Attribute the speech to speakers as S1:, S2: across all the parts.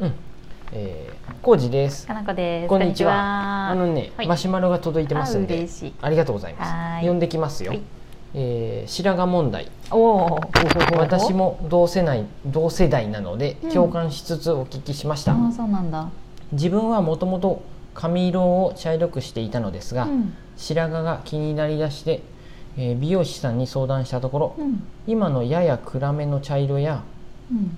S1: うん。ええー、こうじです。
S2: かなこです。
S1: こんにちは
S2: は
S1: あのね、
S2: はい
S1: マシュマロが届いてますん
S2: あ
S1: で
S2: 嬉しい。
S1: ありがとうござい
S2: は
S1: ます
S2: ーい
S1: 読んできますよ、
S2: はい
S1: えー白髪問題
S2: おお。
S1: 私。も同世代同世代なので
S2: うん
S1: 共感しつつお聞きしました、
S2: ああ、そうなんだ。
S1: 自分はもともと髪色を茶色くしていたのですが、
S2: うん。
S1: 白髪が気になりだして、えー美容師さんに相談したところ、
S2: うん。
S1: 今のやや暗めの茶色や、
S2: うん。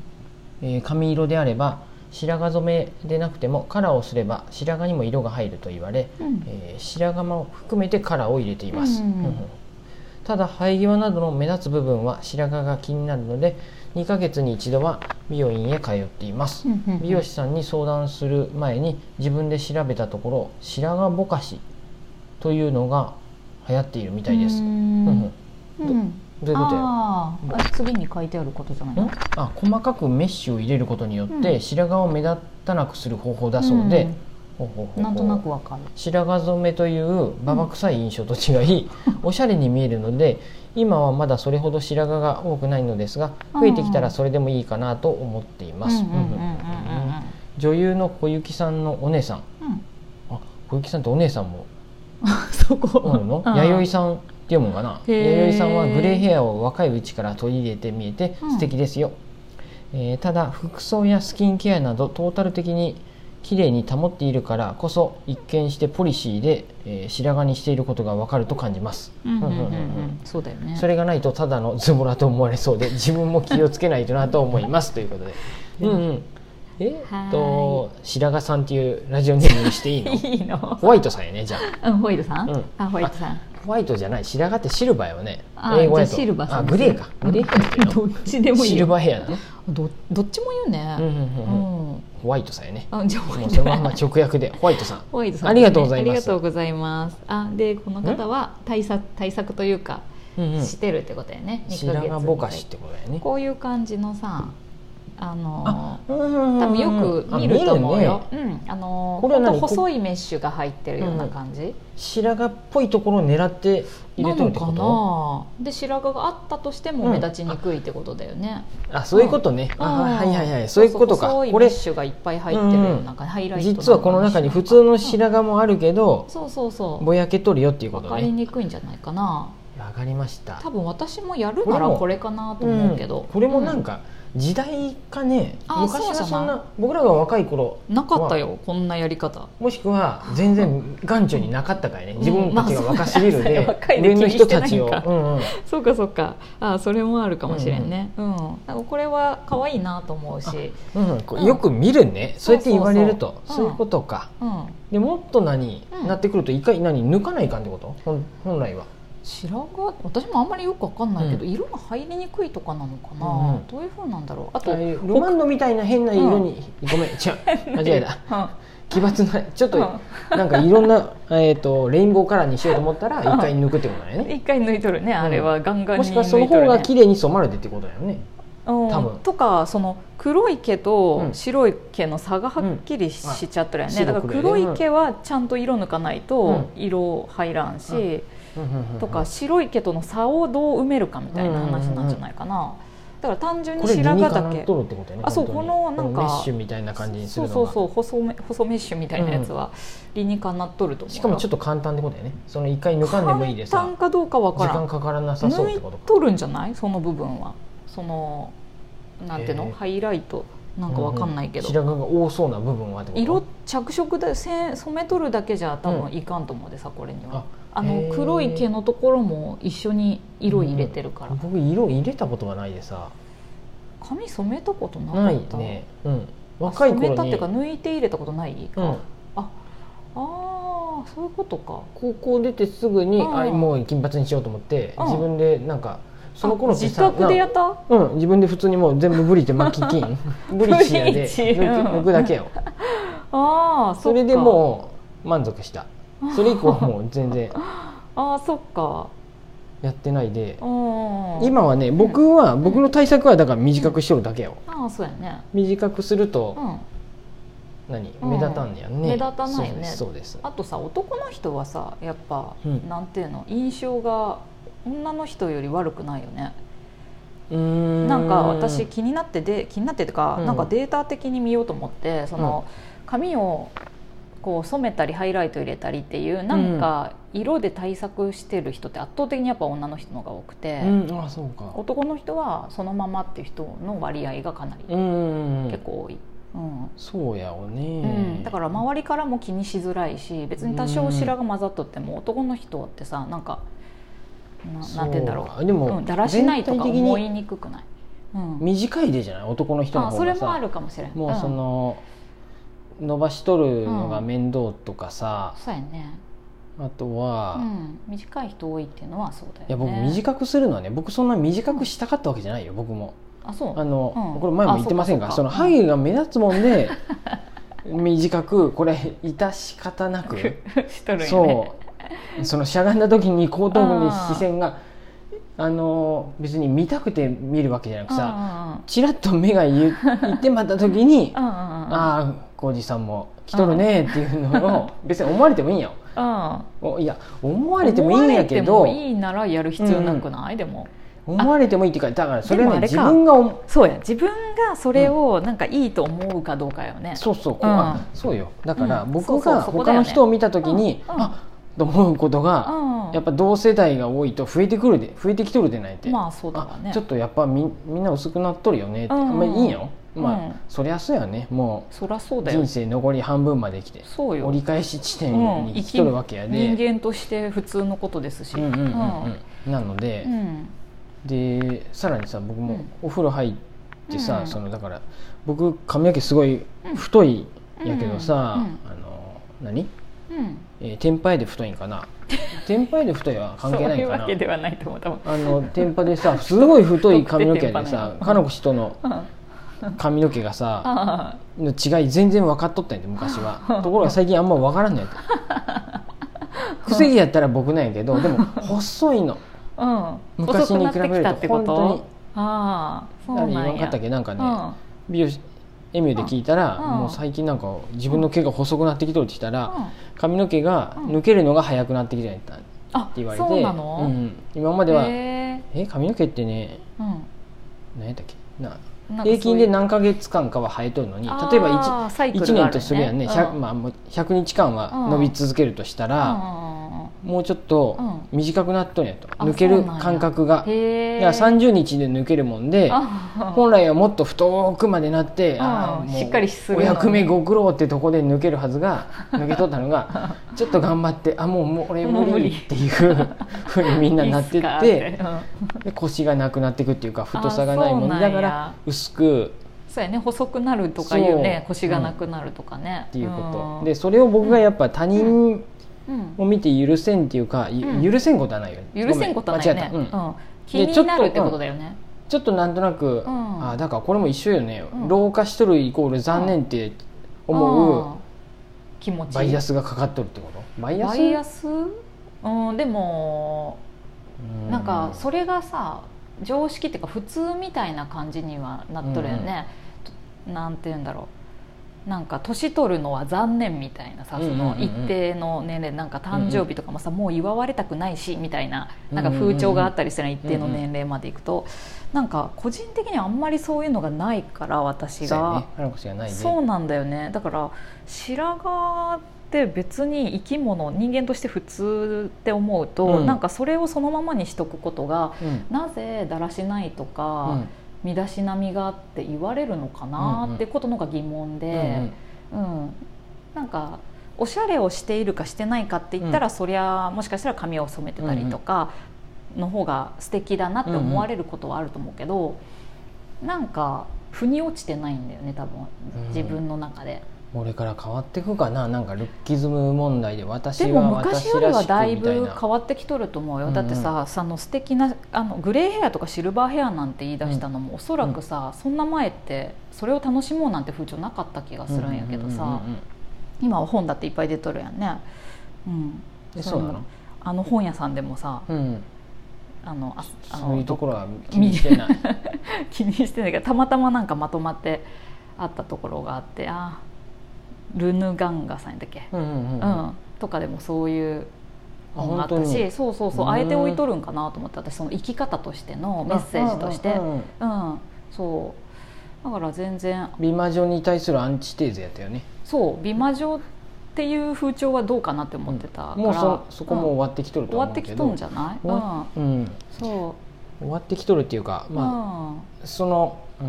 S1: えー髪色であれば白髪染めでなくてもカラーをすれば白髪にも色が入ると言われ、
S2: うん。
S1: えー白髪も含めてカラーを入れています、
S2: うんうんうん
S1: ただ生え際などの目立つ部分は白髪が気になるので2ヶ月に一度は美容院へ通っています、
S2: うん
S1: 美容師。さんに相談する前に自分で調べたところ白髪ぼかしというのが流行っているみたいです、
S2: う
S1: うん
S2: ん
S1: うん
S2: う
S1: どど
S2: ん。
S1: ういうことや
S2: あーあ、次に書いてあることじゃない
S1: ん
S2: の。
S1: あ細かくメッシュを入れることによっ
S2: う
S1: て
S2: ん
S1: 白髪を目立たなくする方法だそうで、ほうほうほ
S2: う。
S1: うんほう
S2: なんとなくわかる。
S1: 白髪染めというババ臭い印象と違い、おしゃれに見えるので今はまだそれほど白髪が多くないのですが増えてきたらそれでもいいかなと思っています、
S2: うんうんうんうんうんうん
S1: 女優の小雪さんのお姉さん
S2: うん。うん。
S1: あ小雪さんってお姉さんも
S2: そ
S1: おる
S2: こ
S1: の
S2: うん
S1: 弥生さんって読むのかな
S2: へー
S1: 弥生さんはグレーヘアを若いうちから取り入れて見えて
S2: うん
S1: 素敵ですよ、えーただ服装やスキンケアなどトータル的に綺麗に保っているからこそ一見してポリシーで、えー白髪にしていることがわかると感じます、
S2: うんうんうん
S1: う
S2: う
S1: んうん
S2: ん。そうだよね。
S1: それがないとただのズボラと思われそうで自分も気をつけないとなと思いますということでうんうんえっと白髪さんっていうラジオネームにしていい の
S2: いいの。
S1: ホワイトさんやねじゃあ
S2: うん、ホイールさん。
S1: うん
S2: あ、ホイールさん。
S1: ホワイトじゃない白髪ってシルバーよね
S2: あ
S1: 英語やと
S2: じゃあシルバーさん
S1: あグレーかグレーヘアっていう
S2: どっちで
S1: の
S2: もいい
S1: シル
S2: よ。
S1: バーヘアなの、
S2: ど、どっちも言う
S1: うん
S2: ね。
S1: うん
S2: う
S1: うんうん
S2: ん。
S1: ホワイトさんやね
S2: あ、じゃあホイ
S1: も
S2: ー
S1: う
S2: ル
S1: そ
S2: さ
S1: の
S2: ん。
S1: まんま直訳でホワイトさん
S2: ホワイトさん、
S1: ありがとうございます
S2: ありがとうございます。あ、でこの方は対策対策というか、
S1: うんうん
S2: してるってことだよね。2ヶ
S1: 白
S2: 月
S1: 髪ぼかしってことやね
S2: こういう感じのさ、あの
S1: うんうんうん
S2: 多分よく見ると思うよ
S1: あ。見るね
S2: うん、あの
S1: これは何
S2: ほんと細いメッシュが入ってるような感じ。
S1: 白髪っぽいところを狙って入れ
S2: な
S1: とる
S2: の
S1: って
S2: か
S1: こ
S2: な。で白髪があったとして
S1: う
S2: も
S1: ん
S2: 目立ちにくいってことだよね。
S1: とあそういうことね、あ
S2: うん
S1: はいはいはいそういうことか
S2: 細い
S1: こ
S2: メッ
S1: れ
S2: シュがいっぱい入ってるような感じハイライトな
S1: 実はこの中に普通の白髪もあるけど、
S2: そうそうそう。
S1: ぼやけとるよっていうこ
S2: 分
S1: と
S2: かり
S1: ね
S2: にくいんじゃないかな。
S1: わかりました
S2: 多分私もやるならこれかなと思うけど、
S1: んこれもなん
S2: か、
S1: か時代かね、
S2: あー
S1: 昔は
S2: そうじゃ
S1: そ
S2: ない
S1: んな僕らが若い頃
S2: なかったよこんなやり方
S1: もしくは全然眼中になかったからね
S2: ん
S1: 自分たちが若すぎる
S2: まあそうだね
S1: で
S2: 若いで
S1: 上の人たちを、
S2: 気にしてないか
S1: うんうん
S2: そうかそうかあそれもあるかもしれんねうん、なんかこれは可愛いなと思うし
S1: うんうんこ
S2: う
S1: うんよく見るねそうやって言われると
S2: そうそうそう
S1: そういうことか
S2: うん
S1: でもっと何、
S2: うん
S1: なってくると一回何抜かないかんってこと本本来は
S2: 白髪私もあんまりよくわかんないけど、
S1: う
S2: 色が入りにくいとかなのかな、
S1: うんうん
S2: どういうふうなんだろうあ
S1: あ
S2: と、
S1: あいうルマンドみたいな変な色に、ご めん違う間違えた奇抜なちょっと、なんかいろんな、えー、とレインボーカラーにしようと思ったら一回抜くってことだよ
S2: うん
S1: ね
S2: 一回抜いとるねあれはガンガン
S1: も
S2: に
S1: し
S2: 抜い
S1: く
S2: と
S1: は
S2: る、ね、
S1: その方が綺麗に染まるでってことだよね。多分
S2: うん、とかその黒い毛と
S1: うん
S2: 白い毛の差がはっきりしちゃってるよね、
S1: うんあ
S2: だから
S1: 白黒
S2: 黒
S1: でね
S2: い毛はちゃんと色抜かないと色入らんし、とか白い毛との差をどう埋めるかみたいな話なんじゃないかな、だから単純
S1: これ
S2: に
S1: 理にか
S2: 白髪
S1: な
S2: だ
S1: っ
S2: け
S1: とるってことやね。
S2: あそう
S1: 本当に
S2: このなんか
S1: メッシュみたいな感じにす
S2: そ
S1: る
S2: う
S1: の
S2: そう
S1: が
S2: そう細め細メッシュみたいなやつは理にかなっとると思う
S1: しかもちょっと簡単ってことだよね。その一回抜かんでもいいでさ
S2: 簡単、かどうかわ
S1: 時
S2: から
S1: 間
S2: ん
S1: かからなさそうって
S2: 抜い
S1: ことか。
S2: とるんじゃないその部分はそのなんていうの、
S1: へえ
S2: ハイライトなんかわかんないけど、
S1: 白髪が多そうな部分はってこと。
S2: 色着色で染めとるだけじゃ多分いかんと思うでさ、これにはあ
S1: へ
S2: の
S1: ー
S2: 黒い毛のところも一緒に色入れてるから、
S1: うん僕色入れたことがないでさ。
S2: 髪染めたことなか
S1: ない
S2: った
S1: ね。うん。若い
S2: 染め
S1: 頃
S2: たっ
S1: に
S2: ていうか抜いて入れたことない、
S1: う
S2: あ
S1: ん。
S2: あーそういうことか
S1: 高校出てすぐに、
S2: うん
S1: あもう金髪にしようと思って、
S2: うん
S1: 自分でなんかその頃
S2: あ
S1: って
S2: 自
S1: さ
S2: 宅でやった
S1: うん、自分で普通にもう全部ブリで巻き 金ブリチやで
S2: ブリチ
S1: 抜く
S2: うん
S1: 抜くだけよ
S2: ああ
S1: それでもう満足したそれ以降はもう全然
S2: ああそっか
S1: やってないで
S2: うん
S1: 今はね僕は僕の対策はだから短くしとるだけよ
S2: ああそうやね
S1: 短くする
S2: う
S1: と
S2: ん
S1: 何
S2: うん
S1: 目立たんやんね
S2: 目立たないよね
S1: そうですそう
S2: あとさ男の人はさやっぱ、
S1: うん
S2: なんていうの印象が女の人より悪くないよね
S1: です
S2: なんか私気になってで気になってとか、
S1: うん
S2: なんかデータ的に見ようと思ってその、髪をこう染めたりハイライト入れたりっていうなんか色で対策してる人って圧倒的にやっぱ女の人の方が多くて、
S1: うん、あそうか
S2: 男の人はそのままっていう人の割合がかなり
S1: うん
S2: 結構多い。うん
S1: そうやお
S2: う
S1: ね、
S2: ん、だから周りからも気にしづらいし別に多少白髪混ざっとっても男の人ってさなんかななんて言うんだろ
S1: うで
S2: う
S1: も、
S2: うん、だらしないとか
S1: 全体的に
S2: 思いにくくない、うん、
S1: 短いでじゃない男の人の
S2: あ
S1: 方がさ
S2: それもあるかもしれない
S1: もうそ、
S2: ん
S1: の、伸ばしとるのが面倒とかさ、
S2: そうやね、
S1: あと
S2: う
S1: は、い
S2: ん、短い人多いっていうのはそうだよね
S1: や僕短くするのはね僕そんな短くしたかったわけじゃないよ僕も
S2: あそう
S1: あの、
S2: うん
S1: これ前も言ってませんが
S2: あ
S1: そ
S2: そう
S1: の
S2: かそうか
S1: ハゲが目立つもん で短くこれ致し方な く
S2: しとるんやね
S1: そうそのしゃがんだ時に後頭部に視線があの別に見たくて見るわけじゃなくさ
S2: さ
S1: ちらっと目がゆ行ってまった時に
S2: うんう
S1: 「
S2: ん
S1: ああ浩二さんも来とるね」っていうのを 別に思われてもいいんやん
S2: うんうん
S1: おいや思われてもいいんやけど
S2: 思われてもいいならやる必要なくない、でも
S1: 思われてもいいっていうかだからそれ
S2: で
S1: は
S2: も
S1: ね
S2: あれ
S1: 自
S2: か
S1: 分がお
S2: そうや自分がそれをなんかいいと思うかどうかよね、
S1: そうそうこう
S2: うん
S1: あそうよだから
S2: うん
S1: 僕
S2: そうそ
S1: が
S2: うそこだ
S1: 他
S2: よ
S1: の
S2: ね
S1: 人を見た時に
S2: うんうん
S1: あと思うことが
S2: うん、
S1: やっぱ同世代が多いと増えてくるで増えてきとるでないって
S2: まあそうだわね
S1: あちょっとやっぱみみんな薄くなっとるよねって、
S2: うんうん
S1: あんまりいいんやろ、まあ
S2: うん
S1: そりゃそうやねも
S2: そりゃそう
S1: う
S2: だよ
S1: 人生残り半分まで来て
S2: そうよ
S1: 折り返し地点に来とるわけやで、
S2: 人間として普通のことですし、
S1: うんうんうんうんなので
S2: う、ん
S1: でさらにさ僕
S2: う
S1: も
S2: ん
S1: お風呂入ってさ、
S2: うん
S1: そのだから僕髪の毛すごい太いやけどさ、
S2: う
S1: あの何
S2: うん
S1: えー、天パで太いんか な天パで太いは関係ないんか
S2: そういうわ
S1: な
S2: けではないと思う多分
S1: あの天パでさすごい太い髪の毛で
S2: 太くて天パ
S1: さ
S2: ね
S1: 彼女との
S2: うんあ
S1: 髪の毛がさ
S2: あ
S1: の違い全然分かっとったんやで昔 はところが最近あんま分からんのやて癖毛やったら僕なんやけどでも細いの
S2: うん
S1: 昔に比べると
S2: 遅くなってきたってこ
S1: 本当に
S2: とああそうな
S1: 何言
S2: ん
S1: わん
S2: や
S1: かったっけなんか
S2: う
S1: ね、
S2: ん
S1: 美容師エミューで聞いたら、
S2: うん
S1: もう最近なんか自分の毛が細くなってきとるって言ったら、
S2: うん
S1: 髪の毛が抜けるのが早くなってきたんやったって
S2: あ
S1: 言われて
S2: そうなの、
S1: うんうん今までは
S2: へえ
S1: え髪の毛ってね
S2: うん
S1: 何やったっけな
S2: なんかそうい
S1: 平
S2: う
S1: 均で何ヶ月間かは生えとるのに
S2: あー
S1: 例えば
S2: サ
S1: 1,
S2: イク
S1: 1
S2: ルがあ
S1: 年と
S2: る
S1: するやんね、
S2: うん
S1: 100まあ、もう100日間は伸び続けるとしたら、もうちょっと短くなっとるんやと、
S2: うん
S1: 抜ける
S2: あそうなんや
S1: 感覚が
S2: うん
S1: だか
S2: へえ
S1: ら30日で抜けるもんで
S2: あ
S1: 本来はもっと太くまでなって、
S2: うん
S1: あーもう
S2: しっかりする
S1: お
S2: のに
S1: 役目ご苦労ってとこで抜けるはず が抜けとったのがちょっと頑張ってあもうもう俺
S2: もう
S1: 無
S2: 無
S1: 理
S2: 理
S1: っていうふうにみんななってっ
S2: いいすか
S1: て
S2: うん
S1: で腰がなくなっていくっていうか太さがないもん
S2: あーそうなん
S1: だ
S2: や
S1: から薄く
S2: そうやね細くなるとかいうね
S1: そう
S2: 腰がなくなるとかね
S1: っていうこと、
S2: ん
S1: でそれを僕がやっぱ他人
S2: うん
S1: を見て許せんっていうか、ゆ
S2: うん
S1: 許せんことはないよね
S2: 許せんことはないよね
S1: ごめん間違えた、うん
S2: うん気になるってことだよね
S1: ちょっとなんとなく、
S2: ん
S1: あーだからこれも一緒よね、
S2: うん
S1: 老化しとるイコール残念って思う、
S2: ん気持ち
S1: バイアスがかかっとるってことバイアス
S2: バイアスうんでも
S1: う
S2: なんかそれがさ常識っていうか普通みたいな感じにはなっとるよね、となんて言うんだろうなんか年取るのは残念みたいなさ
S1: うん
S2: そ
S1: うんうんうん
S2: の一定の年齢なんか誕生日とかもさもう祝われたくないしみたいななんか
S1: うんうんうん
S2: 風潮があったりする一定の年齢までいくとなんか個人的にはあんまりそういうのがないから私
S1: そうや
S2: が
S1: ね、花子氏がないね
S2: そうなんだよねだから白髪って別に生き物人間として普通って思うと、
S1: うん
S2: なんかそれをそのままにしとくことが
S1: うん
S2: なぜだらしないと
S1: うん
S2: か、身だしなみがって言われるのか
S1: うん
S2: な
S1: うん
S2: ってことのが疑問
S1: うんうん
S2: で、うんなんかおしゃれをしているかしてないかって言ったら、そりゃもしかしたら髪を染めてたりとかの方が素敵だなって思われることはあると思うけど、なんか腑に落ちてないんだよね多分
S1: うん
S2: 自分の中で。
S1: 俺から変わってくかななんかルッキズム問題で私
S2: で
S1: は
S2: も
S1: 私
S2: 昔より
S1: ら
S2: は
S1: し
S2: だ
S1: く
S2: い
S1: みたい
S2: ぶ
S1: な
S2: 変わってきとると思う
S1: うん
S2: よ
S1: うん
S2: だってさその素敵なあのグレーヘアとかシルバーヘアなんて言い出したのもおそらくさそんな前ってそれを楽しもうなんて風潮なかった気がするんやけどさ
S1: うんうんうん
S2: 今は本だっていっぱい出とるやんね。うん
S1: うんえそうなの
S2: あの本屋さんでもさ
S1: うん
S2: あのああの
S1: そういうところは気にしてない
S2: 気にしてないけどたまたまなんかまとまってあったところがあってあルヌガンガさんやったっけ
S1: うんうんうん
S2: うん、とかでもそういう本があっ
S1: あ
S2: た
S1: 本当
S2: し
S1: に
S2: そうそうそう
S1: うん
S2: あえて置いとるんかなと思って私その生き方としてのメッセージとして
S1: あああうん
S2: うんそうだから全然
S1: 美魔女に対するアンチテーゼやったよね
S2: そう美魔女っていう風潮はどうかなって思ってたから、
S1: もうそそこも
S2: うん
S1: 終わってきとると
S2: 終
S1: は
S2: わ
S1: 思う
S2: って
S1: け
S2: き
S1: ど、
S2: とんじゃない、
S1: 終わ
S2: う
S1: うん、
S2: ん、そ
S1: 終わってきとるっていうか
S2: う、
S1: ま
S2: うん
S1: あ、そのうー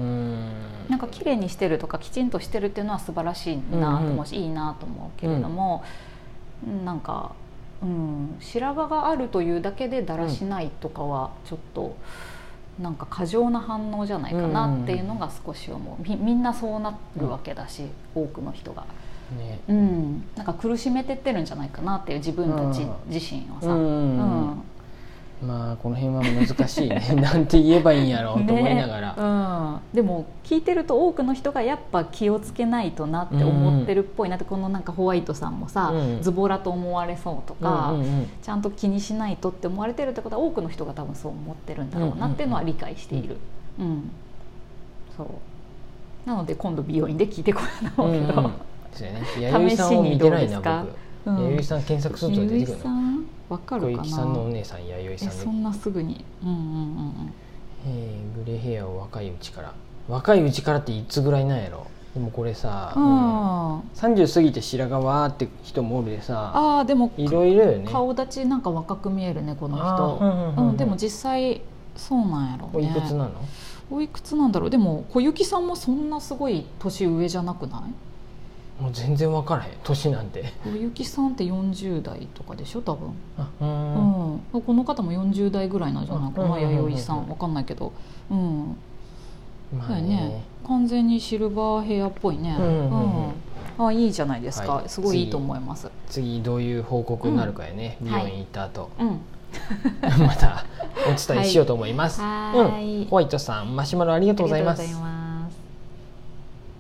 S2: な
S1: ん
S2: んか綺麗にしてるとかきちんとしてるっていうのは素晴らしいなと思うし、いいなと思うけれども、なんか、うん、白髪があるというだけでだらしないとかはちょっと。なんか過剰な反応じゃないかなっていうのが少し思う、みみんなそうなるわけだし、多くの人が、
S1: ね
S2: うん、なんか苦しめてってるんじゃないかなっていう自分たち
S1: うん
S2: 自身は
S1: う
S2: さ、
S1: ん、まあこの辺は難しいね なんて言えばいいんやろうと思いながら、
S2: ねうん、でも聞いてると多くの人がやっぱ気をつけないとなって思ってるっぽいなって、このなんかホワイトさんもさ、
S1: うん
S2: ズボラと思われそうとか、
S1: うんうんうん
S2: ちゃんと気にしないとって思われてるってことは多くの人が多分そう思ってるんだろうなっていうのは理解している、うんそうなので今度美容院で聞いてこようと
S1: うん
S2: 思
S1: う
S2: うんけど、
S1: ですよね弥生さんを見てないな僕
S2: うん
S1: 弥生さん検索すると出て
S2: ゆ
S1: く
S2: い
S1: る
S2: さ
S1: の
S2: んわか
S1: 小
S2: るか
S1: 雪さんのお
S2: な
S1: 姉さん弥生
S2: え
S1: さ
S2: そ
S1: んで、
S2: んなすぐにうんうんうんうん
S1: えーグレーヘアを若いうちから若いうちからっていつぐらいなんやろでもこれさ、うん
S2: あ
S1: 30過ぎて白髪わーって人もおるでさ
S2: あーでも
S1: いろいろよね
S2: 顔立ちなんか若く見えるねこの
S1: あーうんん
S2: 人、う
S1: うんうんうん
S2: でも実際そうなんやろう
S1: おい
S2: ね
S1: くつなの、
S2: おいくつなんだろうでも小雪さんもそんなすごい年上じゃなくない
S1: もう全然分からへん年なんて
S2: 小雪さんって40代とかでしょ多分、
S1: あうー
S2: うんんこの方も40代ぐらいなんじゃないかな、
S1: うん
S2: 弥生さ
S1: うん
S2: んわかんないけどうん
S1: ま
S2: だ
S1: あ
S2: よ
S1: ね
S2: ね完全にシルバーヘアっぽいね
S1: うんうんうん
S2: あいいじゃないですか、
S1: はい
S2: すごいいいと思います
S1: 次どういう報告になるかやね、
S2: うん
S1: 美容院行った 後、
S2: うん
S1: またお伝えしようと思います、
S2: はいはーい
S1: うん、ホワイトさんマシュマロありがとうございます
S2: ありがとうございます